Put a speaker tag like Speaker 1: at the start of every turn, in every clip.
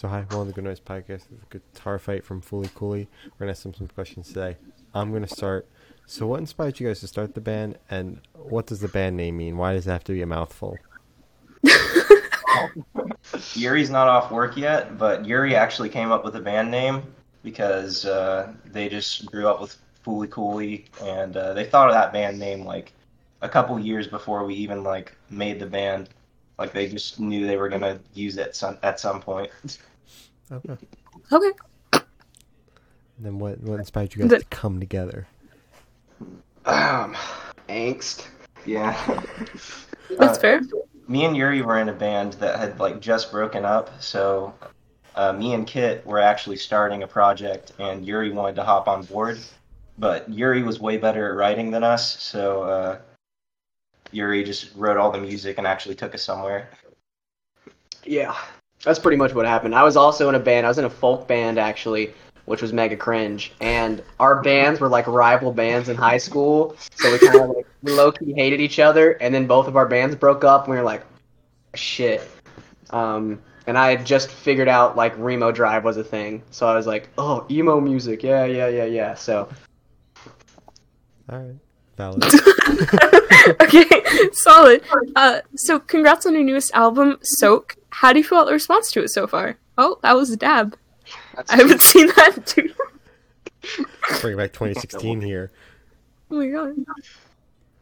Speaker 1: So hi, welcome to the Good Noise Podcast. This is a guitar fight from Fully Cooley. We're gonna ask them some questions today. I'm gonna start. So what inspired you guys to start the band, and what does the band name mean? Why does it have to be a mouthful?
Speaker 2: Yuri's not off work yet, but Yuri actually came up with the band name because uh, they just grew up with Fooly Cooly, and uh, they thought of that band name like a couple years before we even like made the band. Like they just knew they were gonna use it some, at some point.
Speaker 1: Okay.
Speaker 3: Okay.
Speaker 1: And then what what inspired you guys
Speaker 3: The-
Speaker 1: to come together?
Speaker 2: Um, angst. Yeah.
Speaker 3: That's
Speaker 2: Uh,
Speaker 3: fair.
Speaker 2: me and Yuri were in a band that had like just broken up, so uh, me and Kit were actually starting a project, and Yuri wanted to hop on board, but Yuri was way better at writing than us, so uh, Yuri just wrote all the music and actually took us somewhere.
Speaker 4: Yeah, that's pretty much what happened. I was also in a band. I was in a folk band actually, which was mega cringe. And our bands were like rival bands in high school, so we kind of like we low key hated each other. And then both of our bands broke up. and We were like, shit. Um, and I had just figured out like Remo Drive was a thing, so I was like, oh, emo music, yeah, yeah, yeah, yeah. So
Speaker 1: All right, valid.
Speaker 3: okay, solid. Uh, so congrats on your newest album, Soak. How do you feel about the response to it so far? Oh, that was a dab. I haven't seen that in two.
Speaker 1: Bring it back 2016 here.
Speaker 3: Oh my god.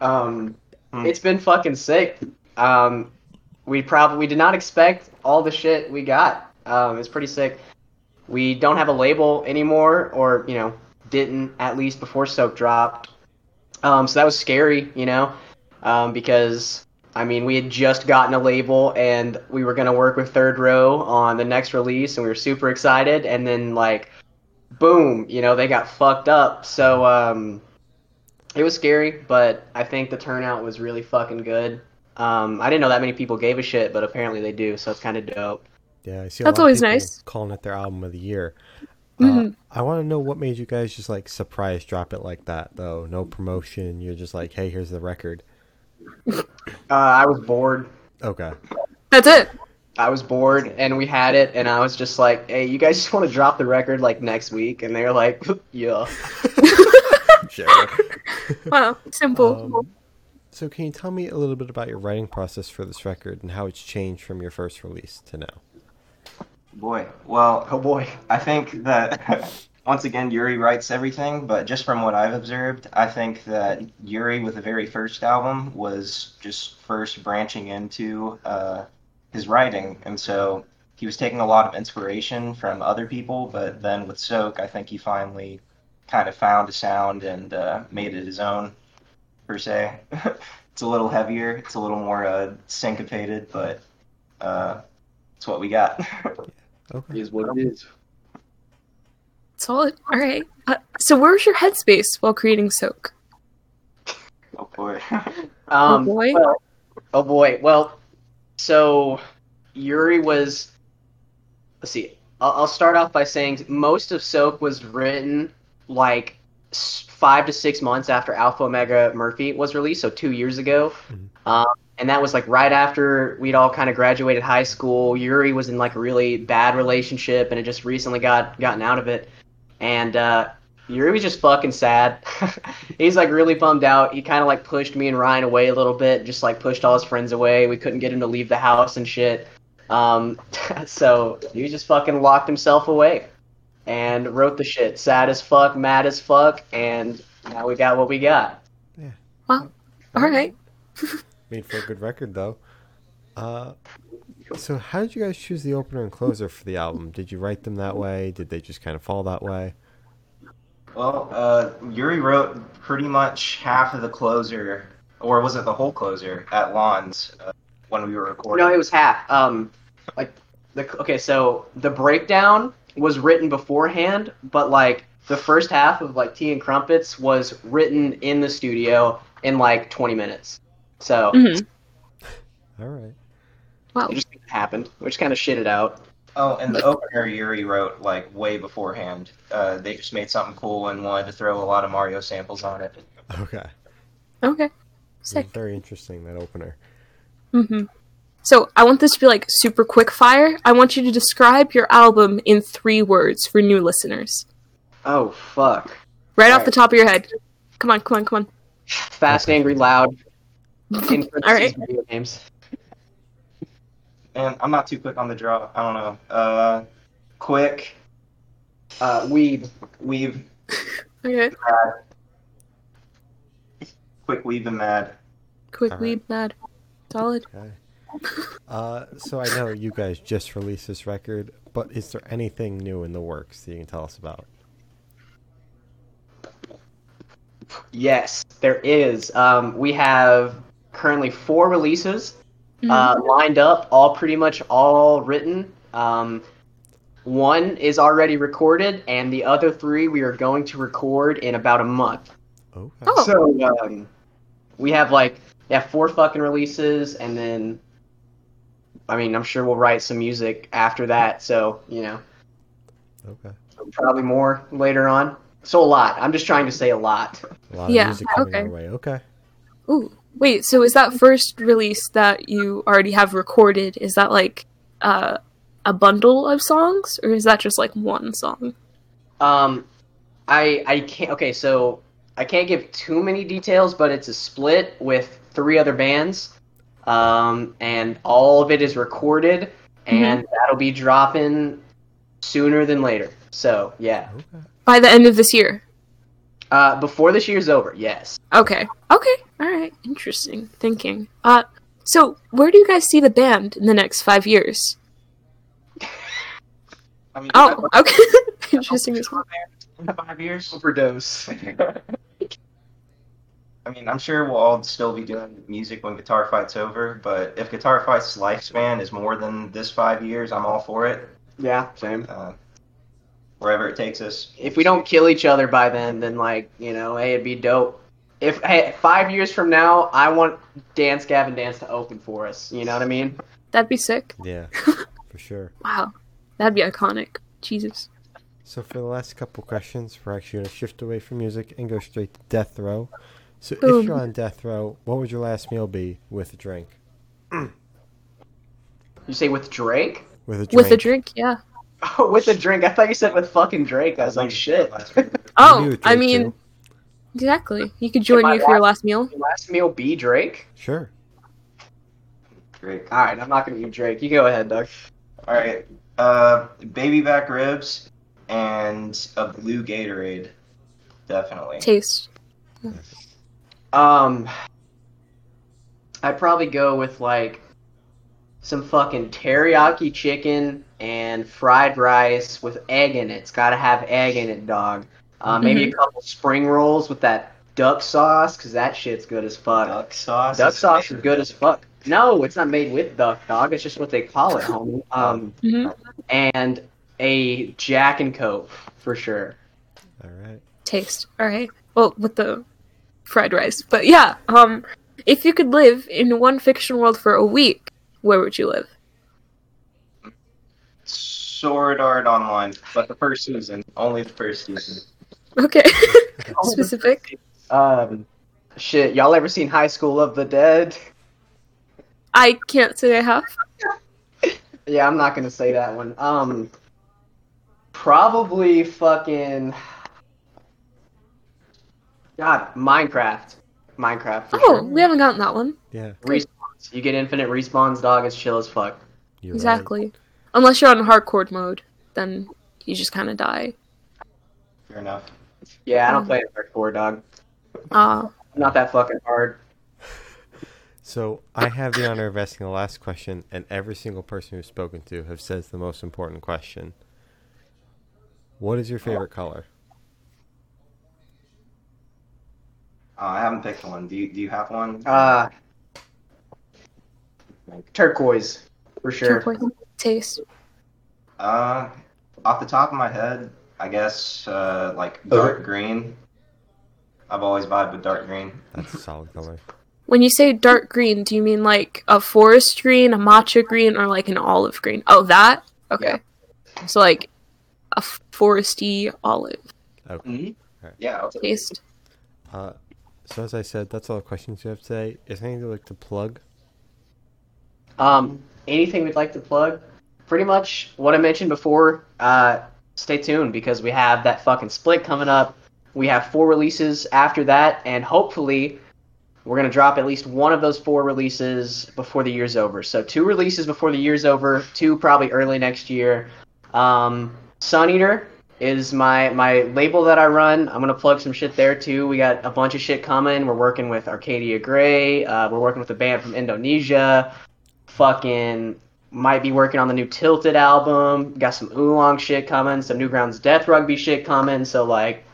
Speaker 4: Um,
Speaker 2: Hmm.
Speaker 4: it's been fucking sick. Um, we probably we did not expect all the shit we got. Um, it's pretty sick. We don't have a label anymore, or you know, didn't at least before Soak dropped. Um, so that was scary, you know, um, because I mean we had just gotten a label and we were gonna work with Third Row on the next release, and we were super excited. And then like, boom, you know, they got fucked up. So um, it was scary, but I think the turnout was really fucking good. Um, I didn't know that many people gave a shit, but apparently they do, so it's kind of dope.
Speaker 1: Yeah, I see. A
Speaker 3: That's
Speaker 1: lot of
Speaker 3: always
Speaker 1: people
Speaker 3: nice.
Speaker 1: Calling it their album of the year. Uh,
Speaker 3: Mhm.
Speaker 1: I want to know what made you guys just like surprise drop it like that though. No promotion. You're just like, hey, here's the record.
Speaker 4: Uh, I was bored.
Speaker 1: Okay.
Speaker 3: That's it.
Speaker 4: I was bored, and we had it, and I was just like, "Hey, you guys just want to drop the record like next week?" And they were like, "Yeah."
Speaker 1: Sure.
Speaker 3: Wow. Simple.
Speaker 1: Um, so, can you tell me a little bit about your writing process for this record and how it's changed from your first release to now?
Speaker 2: Boy, well,
Speaker 4: Oh boy.
Speaker 2: I think that once again Yuri writes everything, but just from what I've observed, I think that Yuri with the very first album was just first branching into uh, his writing, and so he was taking a lot of inspiration from other people. But then with Soak, I think he finally kind of found a sound and uh, made it his own, per se. it's a little heavier, it's a little more uh, syncopated, but uh, it's what we got.
Speaker 1: Okay.
Speaker 4: Is what it is.
Speaker 3: Solid. All right. Uh, so where was your headspace while creating Soak?
Speaker 2: oh boy.
Speaker 4: Um,
Speaker 3: Oh, boy.
Speaker 4: well- oh boy. Well, so Yuri was. Let's see. I'll, I'll start off by saying most of Soak was written like s- five to six months after Alpha Omega Murphy was released, so two years ago.
Speaker 1: Mhm.
Speaker 3: Mm-hmm.
Speaker 4: Um, and that was like right after we'd all kind of graduated high school. Yuri was in like a really bad relationship and had just recently got gotten out of it. And uh, Yuri was just fucking sad. He's like really bummed out. He kind of like pushed me and Ryan away a little bit, just like pushed all his friends away. We couldn't get him to leave the house and shit. Um, so he just fucking locked himself away and wrote the shit. Sad as fuck, mad as fuck, and now we got what we got.
Speaker 3: All right.
Speaker 1: Made for a good record though. Uh, so, how did you guys choose the opener and closer for the album? Did you write them that way? Did they just kind of fall that way?
Speaker 2: Well, uh, Yuri wrote pretty much half of the closer, or was it the whole closer at Lon's uh, when we were recording?
Speaker 4: No, it was half. Um, like the okay, so the breakdown was written beforehand, but like the first half of like Tea and Crumpets was written in the studio in like 20 minutes. So
Speaker 3: Mhm.
Speaker 1: All right.
Speaker 3: Wow.
Speaker 4: it just happened. We just kind of shit it out.
Speaker 2: oh, and the opener Yuri wrote like way beforehand. Uh, they just made something cool and wanted to throw a lot of Mario samples on it.
Speaker 1: Okay.
Speaker 3: Okay. Sick.
Speaker 1: Very interesting that opener.
Speaker 3: Mm-hmm. So I want this to be like super quick fire. I want you to describe your album in three words for new listeners.
Speaker 4: Oh fuck!
Speaker 3: Right off
Speaker 4: Alright.
Speaker 3: the top of your head. Come on, come on, come
Speaker 4: Fast, angry, loud.
Speaker 3: on.
Speaker 4: In
Speaker 3: Alright.
Speaker 4: parentheses, video games.
Speaker 2: And I'm not too quick on the draw. I don't know. Uh, quick
Speaker 4: Uh, weed.
Speaker 2: weave,
Speaker 3: okay.
Speaker 2: quick weave and mad.
Speaker 3: Quick
Speaker 1: Alright.
Speaker 3: lead, mad. Solid.
Speaker 1: Okay. Uh, so I know you guys just released this record, but is there anything new in the works that you can tell us about?
Speaker 4: Yes, there is. Um, we have currently four releases uh, lined up, all pretty much all written. Um, one is already recorded, and the other three we are going to record in about a month.
Speaker 1: Oh,
Speaker 3: Oh.
Speaker 4: So um, we have like yeah four fucking releases, and then I mean I'm sure we'll write some music after that. So you know
Speaker 1: okay.
Speaker 4: probably more later on. So a lot. I'm just trying to say a lot.
Speaker 1: A lot of
Speaker 3: Yeah,
Speaker 1: music coming
Speaker 3: okay.
Speaker 1: our way. Okay.
Speaker 3: Ooh, wait. So is that first release that you already have recorded? Is that like uh, a bundle of songs, or is that just like one song?
Speaker 4: Um, I I can't. Okay, so I can't give too many details, but it's a split with three other bands, um, and all of it is recorded, and that'll be dropping sooner than later. So yeah,
Speaker 1: Okay.
Speaker 3: By the end of this year.
Speaker 4: uh, before this year's over, yes.
Speaker 3: Okay. Okay. All right. Interesting thinking. Uh, so where do you guys see the band in the next five years?
Speaker 2: I mean,
Speaker 3: Oh, okay. Interesting response.
Speaker 4: Oh.
Speaker 2: in five years.
Speaker 4: Overdose.
Speaker 2: I mean, I'm sure we'll all still be doing music when Guitar Fight's over, but if Guitar Fight's lifespan is more than this five years, I'm all for it.
Speaker 4: yeah, same.
Speaker 2: Uh, wherever it takes us.
Speaker 4: If we don't kill each other by then, then like you know, hey, it'd be dope. If hey, five years from now, I want Dance Gavin Dance to open for us. You know what I mean?
Speaker 3: That'd be sick.
Speaker 1: Yeah, for sure.
Speaker 3: Wow. That'd be iconic. Jesus.
Speaker 1: So for the last couple questions, we're actually going to shift away from music and go straight to death row. So if
Speaker 3: Boom.
Speaker 1: you're on death row, what would your last meal be with a drink?
Speaker 4: You say with Drake?
Speaker 1: With a drink.
Speaker 3: With a drink, yeah.
Speaker 4: Oh, with a drink. I thought you said with fucking Drake. I was like, shit.
Speaker 1: I'll do a
Speaker 3: Oh, I
Speaker 1: drink,
Speaker 3: mean,
Speaker 1: too.
Speaker 3: exactly. You could join
Speaker 4: my
Speaker 3: me for your last meal.
Speaker 4: Last meal be Drake?
Speaker 1: Sure.
Speaker 2: Great.
Speaker 4: All right, I'm not gonna do Drake. You go ahead, Doug.
Speaker 2: All right. Uh, baby back ribs and a blue Gatorade. Definitely.
Speaker 3: Taste.
Speaker 4: Um, I'd probably go with like some fucking teriyaki chicken and fried rice with egg in it. It's gotta have egg in it, dog. Uh, maybe a couple spring rolls with that duck sauce, cause that shit's good as fuck.
Speaker 2: Duck sauce.
Speaker 4: Duck sauce is good as fuck. No, it's not made with duck, dog. It's just what they call it, homie. Um,
Speaker 3: Mhm.
Speaker 4: and a Jack and Coke for sure.
Speaker 1: All right.
Speaker 3: taste. All right. Well, with the fried rice. But yeah, um if you could live in one fiction world for a week, where would you live?
Speaker 2: Sword Art Online, but the first season, only the first season.
Speaker 3: Okay. Specific.
Speaker 4: Um, shit, y'all ever seen High School of the Dead?
Speaker 3: I can't say I have.
Speaker 4: Yeah, I'm not gonna say that one. Um, probably fucking. God, Minecraft. Minecraft. For
Speaker 3: Oh,
Speaker 4: sure.
Speaker 3: we haven't gotten that one.
Speaker 1: Yeah.
Speaker 4: Respawns. You get infinite respawns, dog. It's chill as fuck.
Speaker 1: You're right.
Speaker 3: Exactly. Unless you're on hardcore mode, then you just kind of die.
Speaker 2: Fair enough.
Speaker 4: Yeah, I don't
Speaker 3: Mm.
Speaker 4: play it hardcore, dog.
Speaker 3: Uh,
Speaker 4: I'm not that fucking hard.
Speaker 1: So I have the honor of asking the last question, and every single person who's spoken to have says the most important question. What is your favorite color?
Speaker 2: Uh, I haven't picked one. Do you, do you have one?
Speaker 4: Uh, turquoise for sure.
Speaker 3: turquoise. Taste.
Speaker 2: Uh, off the top of my head, I guess uh, like dark green. I've always vibed with dark green.
Speaker 1: That's a solid color.
Speaker 3: When you say dark green, do you mean like a forest green, a matcha green, or like an olive green? Oh, that? Okay. So, like a f- foresty olive
Speaker 1: Okay.
Speaker 2: Mm-hmm. Yeah. I'll take it.
Speaker 3: taste.
Speaker 1: Uh, so as I said, that's all the questions you have today. Is there anything you'd like to plug?
Speaker 4: Um, anything we'd like to plug? Pretty much what I mentioned before. Uh, stay tuned because we have that fucking split coming up. We have four releases after that, and hopefully, we're gonna drop at least one of those four releases before the year's over. So two releases before the year's over. Two probably early next year. Um, Sun Eater is my my label that I run. I'm gonna plug some shit there too. We got a bunch of shit coming. We're working with Arcadia Gray. Uh, we're working with a band from Indonesia. Fucking might be working on the new Tilted album. Got some Oolong shit coming. Some Newgrounds Death Rugby shit coming. So like,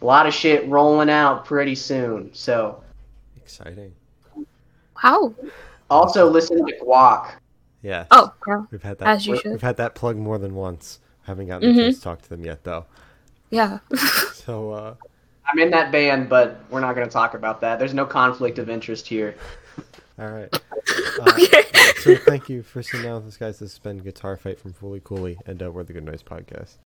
Speaker 4: a lot of shit rolling out pretty soon. So
Speaker 1: Exciting.
Speaker 3: Wow.
Speaker 4: also listen to Guac.
Speaker 1: Yeah.
Speaker 3: Oh, yeah.
Speaker 1: We've had that.
Speaker 3: As you
Speaker 1: we-
Speaker 3: should. Mm-hmm.
Speaker 1: We've had that plug more than once. Haven't gotten a chance to talk to them yet, though.
Speaker 3: yeah.
Speaker 1: So, uh,
Speaker 4: I'm in that band, but we're not gonna talk about that. There's no conflict of interest here.
Speaker 1: all right. Uh,
Speaker 3: okay.
Speaker 1: so, thank you for sitting down with us, guys. This has been Guitar Fight from Fully Cooley and uh, We're the Good Noise Podcast.